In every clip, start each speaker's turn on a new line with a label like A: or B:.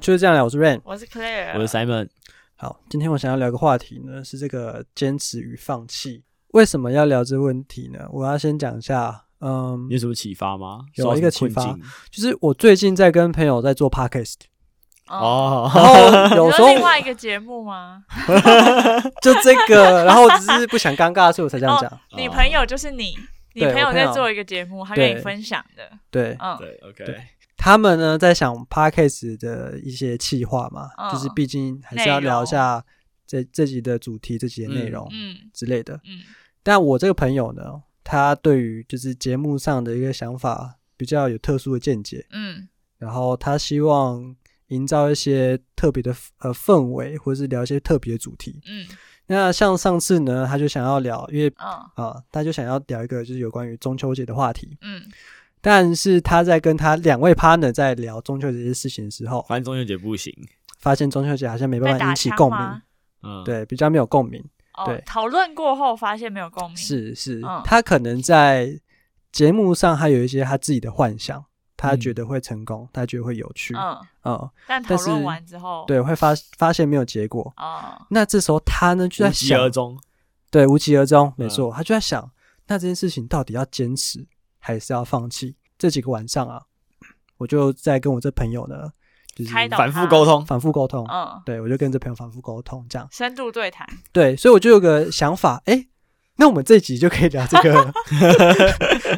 A: 就是这样了。我是 Rain，
B: 我是 Claire，
C: 我是 Simon。
A: 好，今天我想要聊个话题呢，是这个坚持与放弃。为什么要聊这问题呢？我要先讲一下，嗯
C: 你，有什么启发吗？
A: 有啊
C: 受到
A: 一个
C: 什么
A: 启发
C: 困境
A: 就是我最近在跟朋友在做 podcast，然
C: 哦，
A: 后有
B: 你
A: 时
B: 说
A: 候
B: 另外一个节目吗？
A: 就这 个，然后我只是不想尴尬，所以我才这样讲。
B: 你朋友就是你，你
A: 哦对
B: 朋友
A: 我朋友
B: 在做一个节目，他跟
A: 对
B: 你分享的，
A: 对，
B: 嗯，
C: 对
A: 对
C: ，OK，
A: 他们呢在想 podcast 的一些企划嘛，
B: 嗯
A: 就是毕竟还是要聊一下这这集的主题、这集的内容
B: 嗯
A: 之类的。
B: 嗯
A: 但我这个朋友呢，他对于就是节目上的一个想法比较有特殊的见解，
B: 嗯
A: 然后他希望营造一些特别的呃氛围，或是聊一些特别的主题。
B: 嗯
A: 那像上次呢，他就想要聊，因为
B: 嗯
A: 啊，他就想要聊一个就是有关于中秋节的话题。
B: 嗯，
A: 但是他在跟他两位 partner 在聊中秋节这些事情的时候，
C: 反正中秋节不行，
A: 发现中秋节好像没
B: 在
A: 办法
B: 打
A: 引起
B: 枪
A: 共鸣
B: 吗，？
C: 嗯，，
A: 对，比较没有共鸣。
B: 哦
A: 对，
B: 讨论过后发现没有共鸣，
A: 是是
B: 嗯，
A: 他可能在节目上还有一些他自己的幻想，他
C: 嗯
A: 觉得会成功，他觉得会有趣，
B: 嗯，
A: 嗯，
B: 但讨
A: 但是
B: 论完之后，，
A: 对，会发发现没有结果。
B: 哦，
A: 那这时候他呢就在
C: 无疾而
A: 想，
C: 终，
A: 对，无疾而终，没
C: 嗯
A: 错，他就在想，那这件事情到底要坚持还是要放弃？这几个晚上啊，我就在跟我这朋友呢，就是
B: 开导
C: 反复沟通，
A: 反复沟通，
B: 嗯，
A: 对我就跟这朋友反复沟通，这样
B: 深度对谈，
A: 对，所以我就有个想法，哎、那我们这集就可以聊这个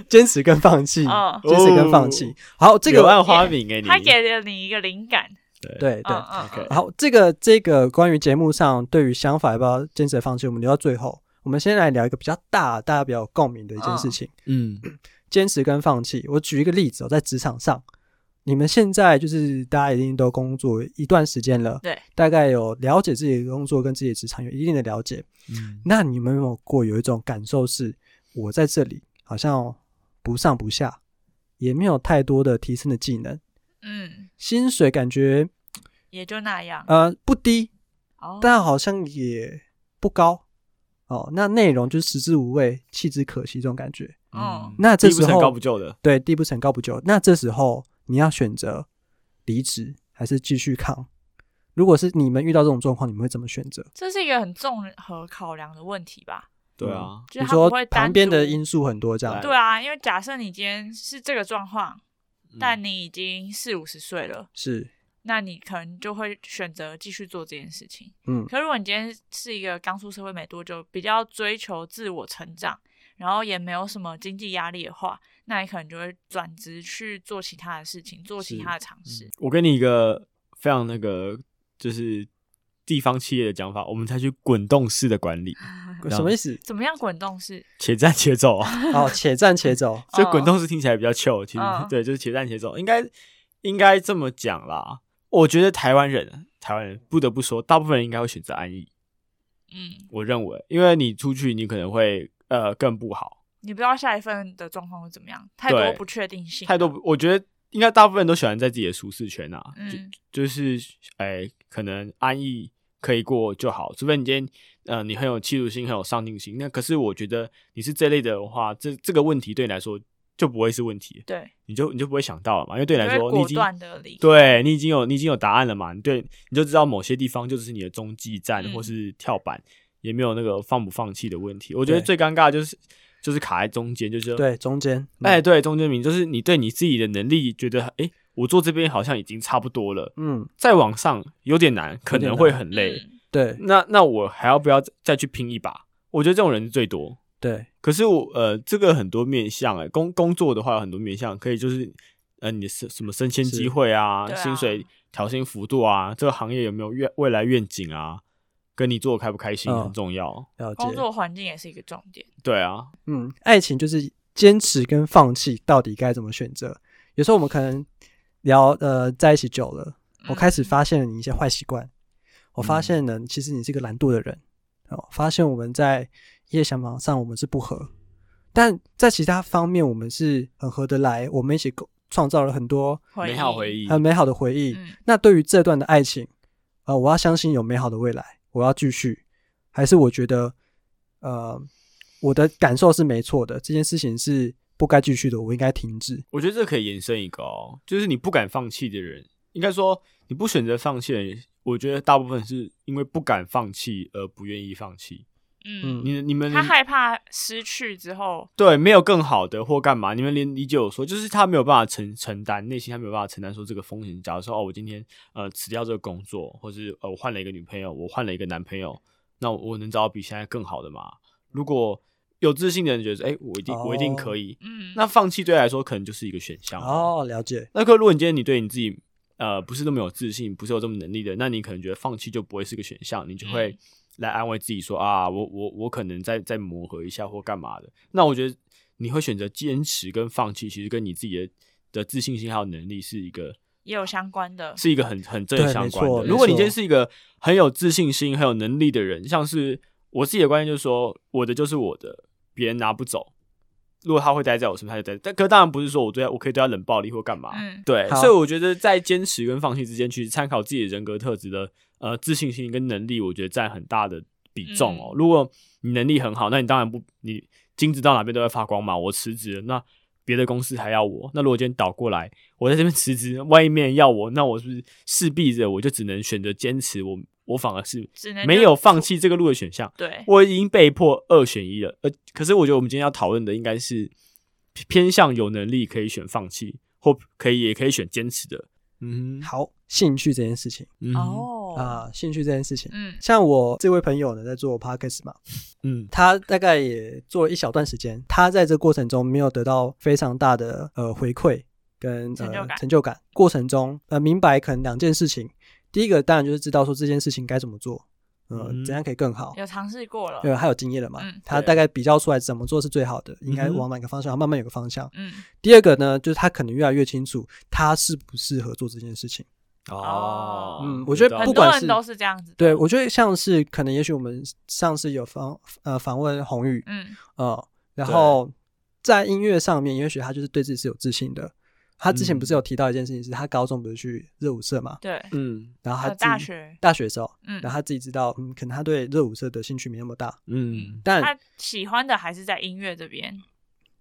A: 坚持跟放弃，
B: 嗯，
A: 坚持跟放弃。好，这
C: 柳暗
A: 个
C: 花明哎，你
B: 他给了你一个灵感，
C: 对
A: 对对，
B: 嗯嗯
C: OK
A: 好，这个这个关于节目上对于想法要不要坚持放弃，我们留到最后。我们先来聊一个比较大、大家比较有共鸣的一件事情：
C: 嗯，
A: 坚持跟放弃。我举一个例子哦，在职场上，你们现在就是大家一定都工作一段时间了，
B: 对，
A: 大概有了解自己的工作跟自己的职场有一定的了解。
C: 嗯
A: 那你们有没有过有一种感受是，我在这里好像不上不下，也没有太多的提升的技能，
B: 嗯，
A: 薪水感觉
B: 也就那样，
A: 呃不低，
B: 哦，
A: 但好像也不高。哦，那内容就是食之无味，弃之可惜这种感觉。
B: 嗯
A: 那这
C: 地不
A: 时
C: 成
A: 候
C: 高不就的，
A: 对，地不成高不就。那这时候你要选择离职还是继续扛？如果是你们遇到这种状况，你们会怎么选择？
B: 这是一个很综合考量的问题吧？
C: 对啊，
B: 就是
A: 你
B: 他不
A: 说
B: 会单
A: 旁边的
B: 独
A: 因素很多，这样
B: 对啊，因为假设你今天是这个状况，
A: 嗯
C: 嗯
B: 但你已经四五十岁了，
A: 是，
B: 那你可能就会选择继续做这件事情。
A: 嗯
B: 可如果你今天是一个刚出社会没多久，比较追求自我成长，然后也没有什么经济压力的话，那你可能就会转职去做其他的事情，做其
C: 是
B: 他的尝试。
C: 我给你一个非常那个就是地方企业的讲法，我们采取滚动式的管理，
A: 什么意思？
B: 怎么样滚动式？
C: 且战且走啊。
A: 哦，且战且走。
C: 这滚
B: 呃
C: 动式听起来比较 chill，其实
B: 嗯
C: 对，就是且战且走，应该应该这么讲啦。我觉得台湾人，台湾人不得不说，大部分人应该会选择安逸。
B: 嗯，
C: 我认为，因为你出去，你可能会呃更不好，
B: 你不知道下一份的状况会怎么样，太多
C: 对
B: 不确定性了，
C: 太多不。我觉得应该大部分人都喜欢在自己的舒适圈啊，就
B: 嗯
C: 就是哎、可能安逸可以过就好，除非你今天呃你很有企图心，很有上进心。那可是我觉得你是这类的话，这这个问题对你来说就不会是问题，
B: 对，
C: 你就你就不会想到了嘛，因为对你
B: 就
C: 来
B: 会
C: 说你已
B: 果
C: 经
B: 断的离开。
C: 对你已经有你已经有答案了嘛，你对你就知道某些地方就只是你的中继站
B: 嗯
C: 或是跳板，也没有那个放不放弃的问题。我觉得
A: 对
C: 最尴尬的就是就是卡在中间，
B: 嗯
C: 就是
A: 对，中间，嗯
C: 哎、对中间名就是你对你自己的能力觉得哎、我做这边好像已经差不多了，
A: 嗯，
C: 再往上有点难，可能会很累。
B: 嗯，
A: 对
C: 那那我还要不要再再去拼一把？我觉得这种人是最多。
A: 对，
C: 可是我呃，这个很多面向哎、工工作的话有很多面向，可以就是呃，你的什什么升迁
A: 是
C: 机会啊，
B: 对啊
C: 薪水调薪幅度啊，这个行业有没有愿未来愿景啊，跟你做得开不开心
A: 嗯
C: 很重要。
A: 了
B: 工
A: 解。
B: 作环境也是一个重点。
C: 对啊，
A: 嗯，爱情就是坚持跟放弃到底该怎么选择。有时候我们可能聊呃在一起久了，我开
B: 嗯
A: 始发现了你一些坏习惯，我发现了其实你是个懒惰的人，哦，发现我们在一些想法上我们是不合，但在其他方面我们是很合得来，我们一起构创造了很多
B: 回
C: 美好回
B: 忆，
C: 忆，
A: 很美好的回忆。
B: 嗯
A: 那对于这段的爱情，呃，我要相信有美好的未来，我要继续，还是我觉得，呃，我的感受是没错的，这件事情是不该继续的，我应该停止。
C: 我觉得这可以延伸一个哦，就是你不敢放弃的人，应该说你不选择放弃，我觉得大部分是因为不敢放弃而不愿意放弃。
B: 嗯，
C: 你你们
B: 他害怕失去之后，
C: 对，没有更好的或干嘛，你们连理解我说，就是他没有办法承承担，内心他没有办法承担说这个风险。假如说哦，我今天呃辞掉这个工作，或是呃我换了一个女朋友，我换了一个男朋友，那我我能找到比现在更好的吗？如果有自信的人觉得，哎、我一定我一定可以，
B: 嗯，
C: 那放弃对他来说可能就是一个选项。
A: 哦，了解，
C: 那可如果你今天你对你自己呃不是那么有自信，不是有这么能力的，那你可能觉得放弃就不会是个选项，你就会
B: 嗯
C: 来安慰自己说啊，我我我可能再再磨合一下或干嘛的。那我觉得你会选择坚持跟放弃，其实跟你自己的的自信心还有能力是一个
B: 也有相关的，
C: 是一个很很正
A: 对
C: 相
A: 没
C: 关
A: 错
C: 的。如果你
A: 没错
C: 今天是一个很有自信心、很有能力的人，像是我自己的观念就是说，我的就是我的，别人拿不走。如果他会待在我身边，他就待。但可当然不是说我对他，我可以对他冷暴力或干嘛。
B: 嗯
C: 对，
A: 好
C: 所以我觉得在坚持跟放弃之间去参考自己的人格特质的呃自信心跟能力，我觉得占很大的比重哦。
B: 嗯
C: 如果你能力很好，那你当然不你金子到哪边都会发光嘛。我辞职了，那别的公司还要我，那如果今天倒过来，我在这边辞职，外面要我，那我是不是势必着我就只能选择坚持？我我反而是
B: 只能就
C: 没有放弃这个路的选项，
B: 对，
C: 我已经被迫二选一了。呃，可是我觉得我们今天要讨论的应该是偏向有能力可以选放弃，或可以也可以选坚持的。嗯哼，
A: 好，兴趣这件事情
C: 嗯哼，
B: 哦，
A: 啊、兴趣这件事情，
B: 嗯
A: 像我这位朋友呢，在做 podcast 嘛，
C: 嗯
A: 他大概也做了一小段时间，他在这过程中没有得到非常大的呃回馈跟
B: 成就
A: 呃
B: 感
A: 成就感。过程中呃明白可能两件事情，第一个当然就是知道说这件事情该怎么做，呃、
C: 嗯
A: 怎样可以更好。
B: 有尝试过了，
A: 呃，他有经验了嘛？
B: 嗯
A: 他
C: 对
A: 大概比较出来怎么做是最好的，应该
C: 嗯哼
A: 往哪个方向，慢慢有个方向。
B: 嗯，
A: 第二个呢，就是他可能越来越清楚他适不适合做这件事情。
B: 哦
A: 嗯我觉得
C: 有道理
A: 不管
B: 很多人
A: 是
B: 都是这样子的，
A: 对我觉得像是可能，也许我们上次有访呃访问宏宇，
B: 嗯
A: 呃，然
C: 对
A: 后在音乐上面，也许他就是对自己是有自信的。他之前不是有提到一件事情，是他高中不是去热舞社嘛，
B: 对，
C: 嗯
A: 然后他
B: 呃
A: 自己
B: 大学，
A: 大学的时候，
B: 嗯，
A: 然后他自己知道，嗯，可能他对热舞社的兴趣没那么大，
C: 嗯
A: 但
B: 他喜欢的还是在音乐这边，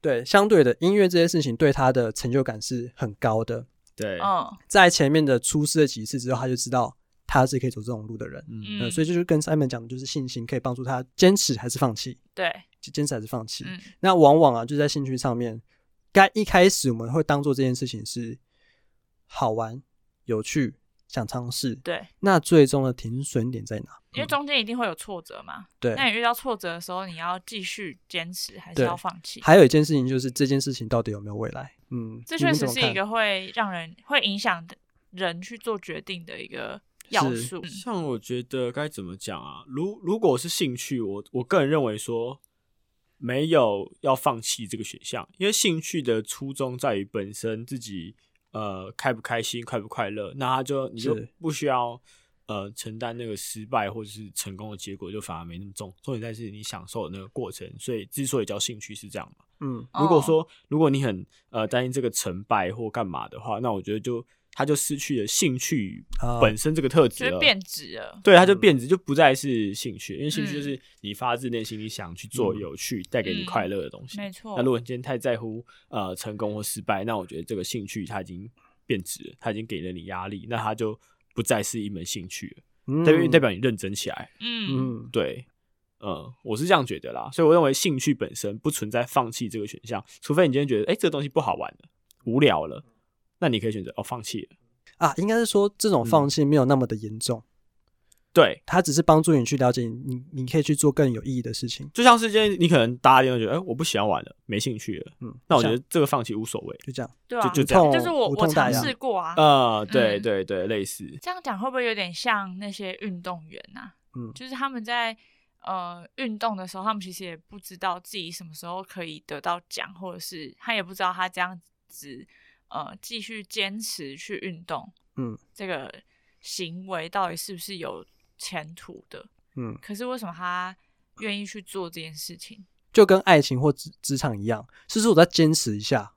A: 对相对的音乐这些事情对他的成就感是很高的。
C: 对，
B: 嗯
A: 在前面的出师了几次之后，他就知道他是可以走这种路的人，
C: 嗯
A: 呃，所以这就是跟 Simon 讲的，就是信心可以帮助他坚持还是放弃，
B: 对，
A: 坚持还是放弃。
B: 嗯
A: 那往往啊，就在兴趣上面，该一开始我们会当做这件事情是好玩、有趣、想尝试。
B: 对，
A: 那最终的停损点在哪？
B: 因为中间一定会有挫折嘛，
A: 对，
B: 那你遇到挫折的时候，你要继续坚持，还是
A: 对
B: 要放弃？
A: 还有一件事情就是这件事情到底有没有未来？嗯，
B: 这
A: 你们
B: 确实
A: 怎么
B: 是
A: 看
B: 一个会让人会影响人去做决定的一个要
A: 是
B: 素。嗯
C: 像我觉得该怎么讲啊？如如果是兴趣，我我个人认为说没有要放弃这个选项，因为兴趣的初衷在于本身自己呃开不开心、快不快乐，那他就你就是不需要呃承担那个失败或者是成功的结果，就反而没那么重。重点在是你享受的那个过程，所以之所以叫兴趣是这样嘛。
A: 嗯，
B: 哦
C: 如果说如果你很呃担心这个成败或干嘛的话，那我觉得就它就失去了兴趣
A: 啊
C: 本身这个特质
B: 哦就是
C: 了，
B: 变质了，
C: 对，它就
A: 嗯
C: 变质，就不再是兴趣，因为兴趣就
B: 嗯
C: 是你发自内心你想去做
A: 嗯
C: 有趣、带给你
B: 嗯
C: 快乐的东西。
B: 没错
C: 那如。果你今天太在乎呃成功或失败，那我觉得这个兴趣它已经变质了，它已经给了你压力，那它就不再是一门兴趣了，代表
A: 嗯
C: 代表你认真起来。
B: 嗯，
A: 嗯
C: 对，呃，我是这样觉得啦，所以我认为兴趣本身不存在放弃这个选项，除非你今天觉得哎、诶这个东西不好玩了、无聊了，那你可以选择哦放弃了。
A: 啊，应该是说这
C: 嗯
A: 种放弃没有那么的严重，
C: 对，
A: 它只是帮助你去了解你，你你可以去做更有意义的事情。
C: 就像是今天你可能大家电话觉得，哎、我不喜欢玩了，没兴趣了，
A: 嗯，
C: 那我
A: 像
C: 觉得这个放弃无所谓。
A: 就这样，
B: 对啊，
C: 就这
A: 样呃
B: 是我
A: 无
B: 我
A: 痛大
B: 尝
A: 雅
B: 试过啊。
C: 啊、对
B: 嗯
C: 对对，类似，
B: 这样讲会不会有点像那些运动员啊？
A: 嗯
B: 就是他们在呃运动的时候，他们其实也不知道自己什么时候可以得到奖，或者是他也不知道他这样子呃继续坚持去运动，
A: 嗯，
B: 这个行为到底是不是有前途的？
A: 嗯，
B: 可是为什么他愿意去做这件事情？
A: 就跟爱情或职职场一样，是说我再坚持一下，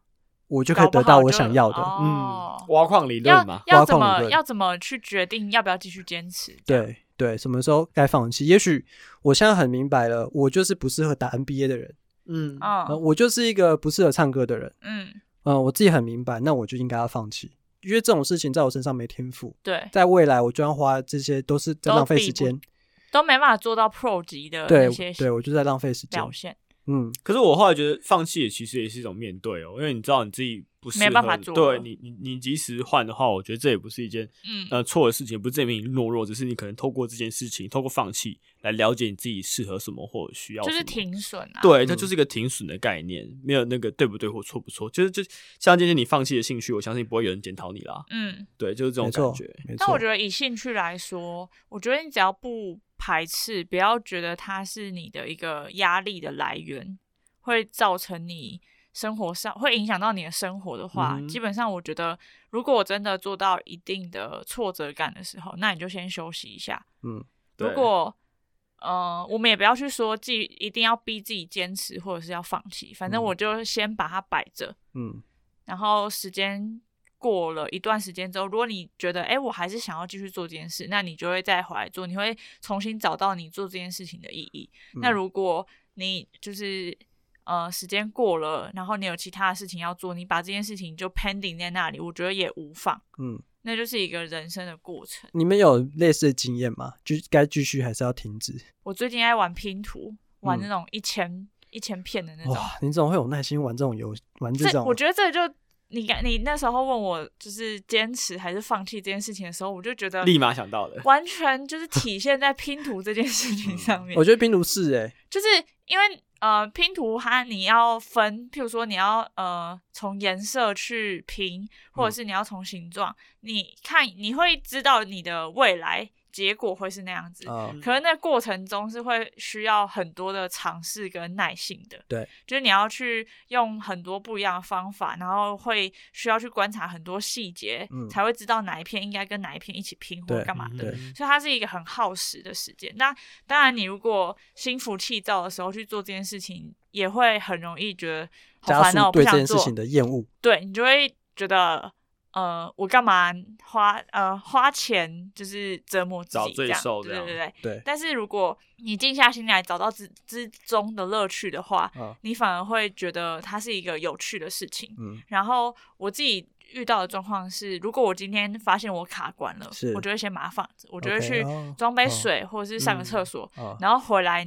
A: 我就可以得到
B: 搞不好
A: 我
B: 就
A: 想要的。
B: 哦
C: 嗯，挖矿理论嘛
B: 要，要怎
A: 挖矿理
B: 么
A: 论
B: 要怎么去决定要不要继续坚持？这样，
A: 对对，什么时候该放弃？也许我现在很明白了，我就是不适合打 NBA 的人，
C: 嗯
A: 呃，
B: 嗯
A: 我就是一个不适合唱歌的人，
B: 嗯
A: 呃，我自己很明白，那我就应该要放弃。因为这种事情在我身上没天赋，
B: 对，
A: 在未来我就要花这些都是在
B: 都
A: 浪费
B: 避
A: 时
B: 不
A: 间，
B: 都没办法做到 Pro 级的
A: 对
B: 那些
A: 对，我就在浪费时间
B: 表，现。
A: 嗯，
C: 可是我后来觉得放弃也其实也是一种面对哦，因为你知道你自己不适合，
B: 没办法做
C: 对你你你及时换的话，我觉得这也不是一件
B: 嗯，
C: 呃错的事情，不是证明你懦弱，只是你可能透过这件事情，透过放弃来了解你自己适合什么或者需要什
B: 就
C: 么，
B: 是停损啊。
C: 对，它就是一个停损的概念，没有那个对不对或错不错，就是就像今天你放弃的兴趣，我相信不会有人检讨你啦。
B: 嗯，
C: 对，就是这种
A: 没
C: 感
A: 错
C: 觉。，
A: 没
B: 但
A: 错
B: 我觉得以兴趣来说，我觉得你只要不排斥，不要觉得它是你的一个压力的来源，会造成你生活上会影响到你的生活的话，
C: 嗯哼
B: 基本上我觉得，如果我真的做到一定的挫折感的时候，那你就先休息一下。
A: 嗯，
C: 对
B: 如果呃，我们也不要去说自己一定要逼自己坚持或者是要放弃，反正
A: 嗯
B: 我就先把它摆着，
A: 嗯，
B: 然后时间过了一段时间之后，如果你觉得哎，诶我还是想要继续做这件事，那你就会再回来做，你会重新找到你做这件事情的意义。那
A: 嗯
B: 如果你就是呃时间过了，然后你有其他的事情要做，你把这件事情就 pending 在那里，我觉得也无妨。
A: 嗯，
B: 那就是一个人生的过程。
A: 你们有类似的经验吗？就该继续还是要停止？
B: 我最近爱玩拼图，玩
A: 嗯
B: 那种一千、一千片的那种。
A: 哇，你怎么会有耐心玩这种游玩这
B: 这
A: 种？
B: 我觉得这就你感你那时候问我就是坚持还是放弃这件事情的时候，我就觉得
C: 立马想到的，
B: 完全就是体现在拼图这件事情上面。
A: 嗯我觉得冰毒是哎、
B: 就是因为呃，拼图它你要分，譬如说你要呃从颜色去拼，或者
A: 嗯
B: 是你要从形状，你看你会知道你的未来结果会是那样子。
C: 嗯
A: 啊、
B: 可是那过程中是会需要很多的尝试跟耐性的，
A: 对，
B: 就是你要去用很多不一样的方法，然后会需要去观察很多细节，
A: 嗯
B: 才会知道哪一片应该跟哪一片一起拼或
A: 对
C: 嗯
B: 干嘛的。
A: 对
B: 所以它是一个很耗时的时间。那当然，你如果心浮气躁的时候去做这件事情，也会很容易觉得好
A: 加
B: 烦哦，
A: 速
B: 我不
A: 对这
B: 想
A: 件事
B: 做。
A: 情的厌恶。
B: 对你就会觉得，呃，我干嘛花呃花钱就是折磨自
C: 找
B: 己这
C: 罪
B: 样？
C: 受
B: 对
C: 这
B: 对
C: 样
B: 对对。
A: 对，
B: 但是如果你静下心来找到之之中的乐趣的话，
A: 啊，
B: 你反而会觉得它是一个有趣的事情。
A: 嗯，
B: 然后我自己遇到的状况是，如果我今天发现我卡关了
A: 是，
B: 我就会先把它放着，我就会
A: OK，
B: 去
A: 哦
B: 装杯
A: 哦
B: 水、或者是上个厕所，
A: 啊，
B: 然后回来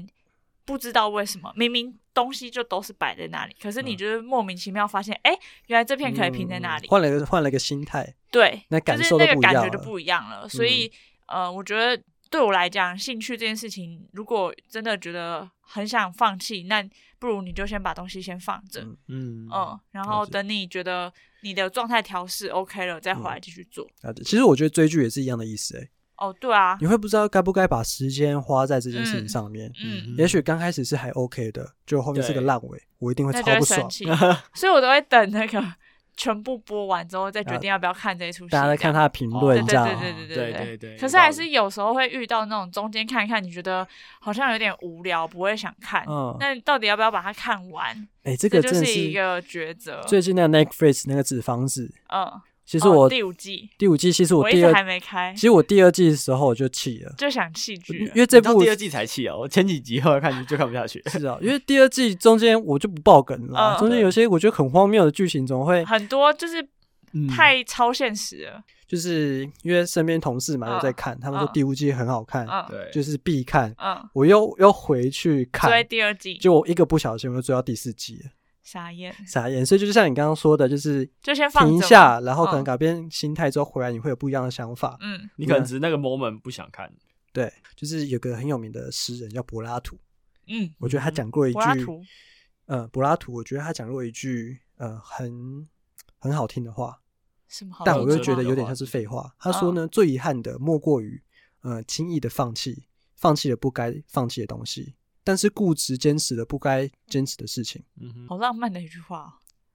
B: 不知道为什么，明明东西就都是摆在那里，可是你就是莫名其妙发现，哎、原来这片可以拼在那
A: 嗯
B: 里，
A: 嗯换了一个换了一个心态，
B: 对，
A: 那感
B: 就是
A: 受都
B: 那个
A: 不一
B: 感
A: 样
B: 觉就
A: 了嗯
B: 不一样了。所以呃，我觉得对我来讲，兴趣这件事情，如果真的觉得很想放弃，那不如你就先把东西先放着，
A: 嗯
B: 嗯，
C: 嗯
B: 然后
A: 解
B: 等你觉得你的状态调试 OK 了，再回来继续做。
A: 啊，对其实我觉得追剧也是一样的意思哎、
B: 哦，对啊，
A: 你会不知道该不该把时间花在这件事情
B: 嗯
A: 上面。
B: 嗯。
A: 也许刚开始是还 OK 的，就后面是个
C: 对
A: 烂尾，我一定会嗯
B: 那
A: 超
B: 就会
A: 不
B: 生
A: 爽。
B: 气，所以我都会等那个全部播完之后再决定要不要看这一出戏。
A: 呃大家在看
B: 这样
A: 他的评
C: 哦
A: 论，
B: 对
A: 这样
B: 对对对
C: 对
B: 对
C: 对。
B: 可是还是有时候会遇到那种中间看一看，你觉得好像有点无聊，不会想看。
A: 嗯
B: 那你到底要不要把它看完？
A: 哎，这个
B: 就
A: 真的
B: 一
A: 是
B: 个抉择。
A: 最近那个 Netflix 那个纸房子，
B: 嗯，
A: 其实我
B: 哦第五季，
A: 第五季，其实
B: 我
A: 我
B: 一
A: 第
B: 直还
A: 二，
B: 没开
A: 其，实我第二季的时候我就弃了，
B: 就想弃剧
A: 因
B: 了。
A: 为这
C: 这部
A: 部
C: 第二季才气哦，我前几集后来看就看不下去。
A: 是啊，因为第二季中间我就不爆梗了啊，
B: 嗯
A: 中间有些我觉得很荒谬的剧情，总会
B: 很多就是
C: 嗯
B: 太超现实了。
A: 就是因为身边同事嘛有在看，他们说
B: 嗯
A: 第五季很好看，
B: 嗯
C: 对，
A: 就是必看，
B: 嗯，
A: 我又又回去
B: 追
A: 看，
B: 第二季，
A: 就我一个不小心我就追到第四季了，
B: 傻眼，
A: 傻眼。所以就是像你刚刚说的，就是
B: 就先放
A: 停一
B: 着
A: 下，
B: 嘛
A: 然后可能
B: 嗯
A: 改变心态之后回来，你会有不一样的想法。
B: 嗯
C: 你可能只是那个 moment 不想看。
A: 对，就是有个很有名的诗人叫柏拉图，
B: 嗯，
A: 我觉得他讲过一句
B: 柏，拉图，
A: 呃，柏拉图，我觉得他讲过一句，呃，很很好听的话，
B: 什么好的
A: 但
B: 话？嗯
A: 我又觉得有点像是废话。他说呢，最遗憾的莫过于，呃，轻易的放弃，放弃了不该放弃的东西，但是固执坚持了不该坚持的事情。
C: 嗯哼，
B: 好浪漫的一句话哦。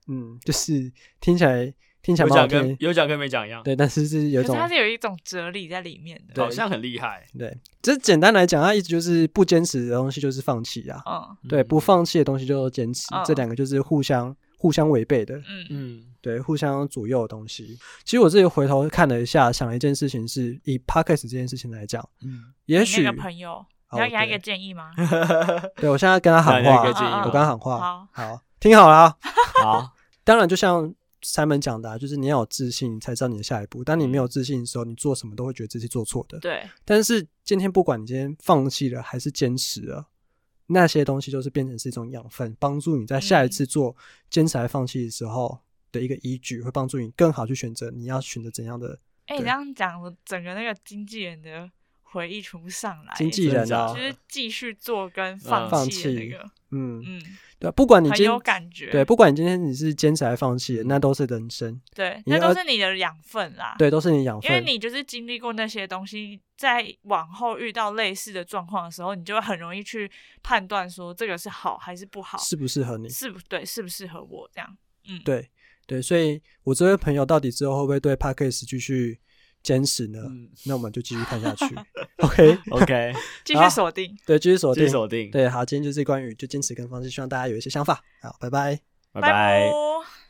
A: 嗯，就是听起来听起来
C: 有
A: 蛮好
C: 讲
A: 听
C: 跟
A: 的，
C: 有讲跟没讲一样，
A: 对，但是是有一
B: 可
A: 种
B: 是它是有一种哲理在里面的。
C: 好像很厉害。
A: 对，这简单来讲，他一直就是不坚持的东西就是放弃啊，
B: 嗯
A: 对，
C: 嗯
A: 不放弃的东西就是坚持，这
B: 嗯
A: 两个就是互相互相违背的，
B: 嗯
C: 嗯，
A: 对，互相左右的东西。其实我自己回头看了一下，想了一件事情是，以 podcast 这件事情来讲，
C: 嗯，
A: 也
B: 你
A: 许
B: 那个朋友，
A: 哦
B: 你要给他一
A: 对
B: 个建 议吗？
A: 对我现在跟他喊
C: 那你有
A: 话
B: 哦
C: 一个
B: 建议
A: 啊，
B: 吗
A: 我跟他喊话，
B: 好
A: 好，听好了啊。
C: 好，
A: 当然，就像 Simon 讲的、啊，就是你要有自信，你才知道你的下一步。当你没有自信的时候，你做什么都会觉得自己做错的。
B: 嗯对，哎
A: 但是今天不管你今天放弃了还是坚持了，那些东西都是变成是一种养分，帮助你在下一
B: 嗯
A: 次做坚持还放弃的时候的一个依据，会帮助你更好去选择你要选择怎样的
B: 哎、你
A: 对
B: 这样讲，我整个那个经纪人的回忆全部上来，
A: 经纪
C: 真的
A: 人
C: 假
A: 啊
B: 哎就。是继续做跟
C: 嗯
B: 放
A: 放
B: 弃的那个，
A: 嗯，
B: 嗯，
A: 对啊，不管你
B: 很
A: 今
B: 有感觉，
A: 对，不管你今天你是坚持还放弃了，那都是人生，
B: 对，
A: 你
B: 那
A: 要
B: 都是你的养分啦，
A: 对，都是你养
B: 嗯因为
A: 分。
B: 你就是经历过那些东西，在往后遇到类似的状况的时候，你就会很容易去判断说这个是好还是不好，
A: 适不适合你？
B: 适不对，适不适合我这样。嗯，
A: 对对，所以我这位朋友到底之后会不会对 p a c k a g e 继续坚持呢？
C: 嗯
A: 那我们就继续看下 去。OK，
C: OK，
B: 继
A: 好
B: 续锁定，
A: 对，继续锁
C: 继续
A: 定。
C: 锁定，
A: 对，好，今天就是关于就坚持跟放弃，希望大家有一些想法。好，拜拜。
C: 拜拜。
B: 拜。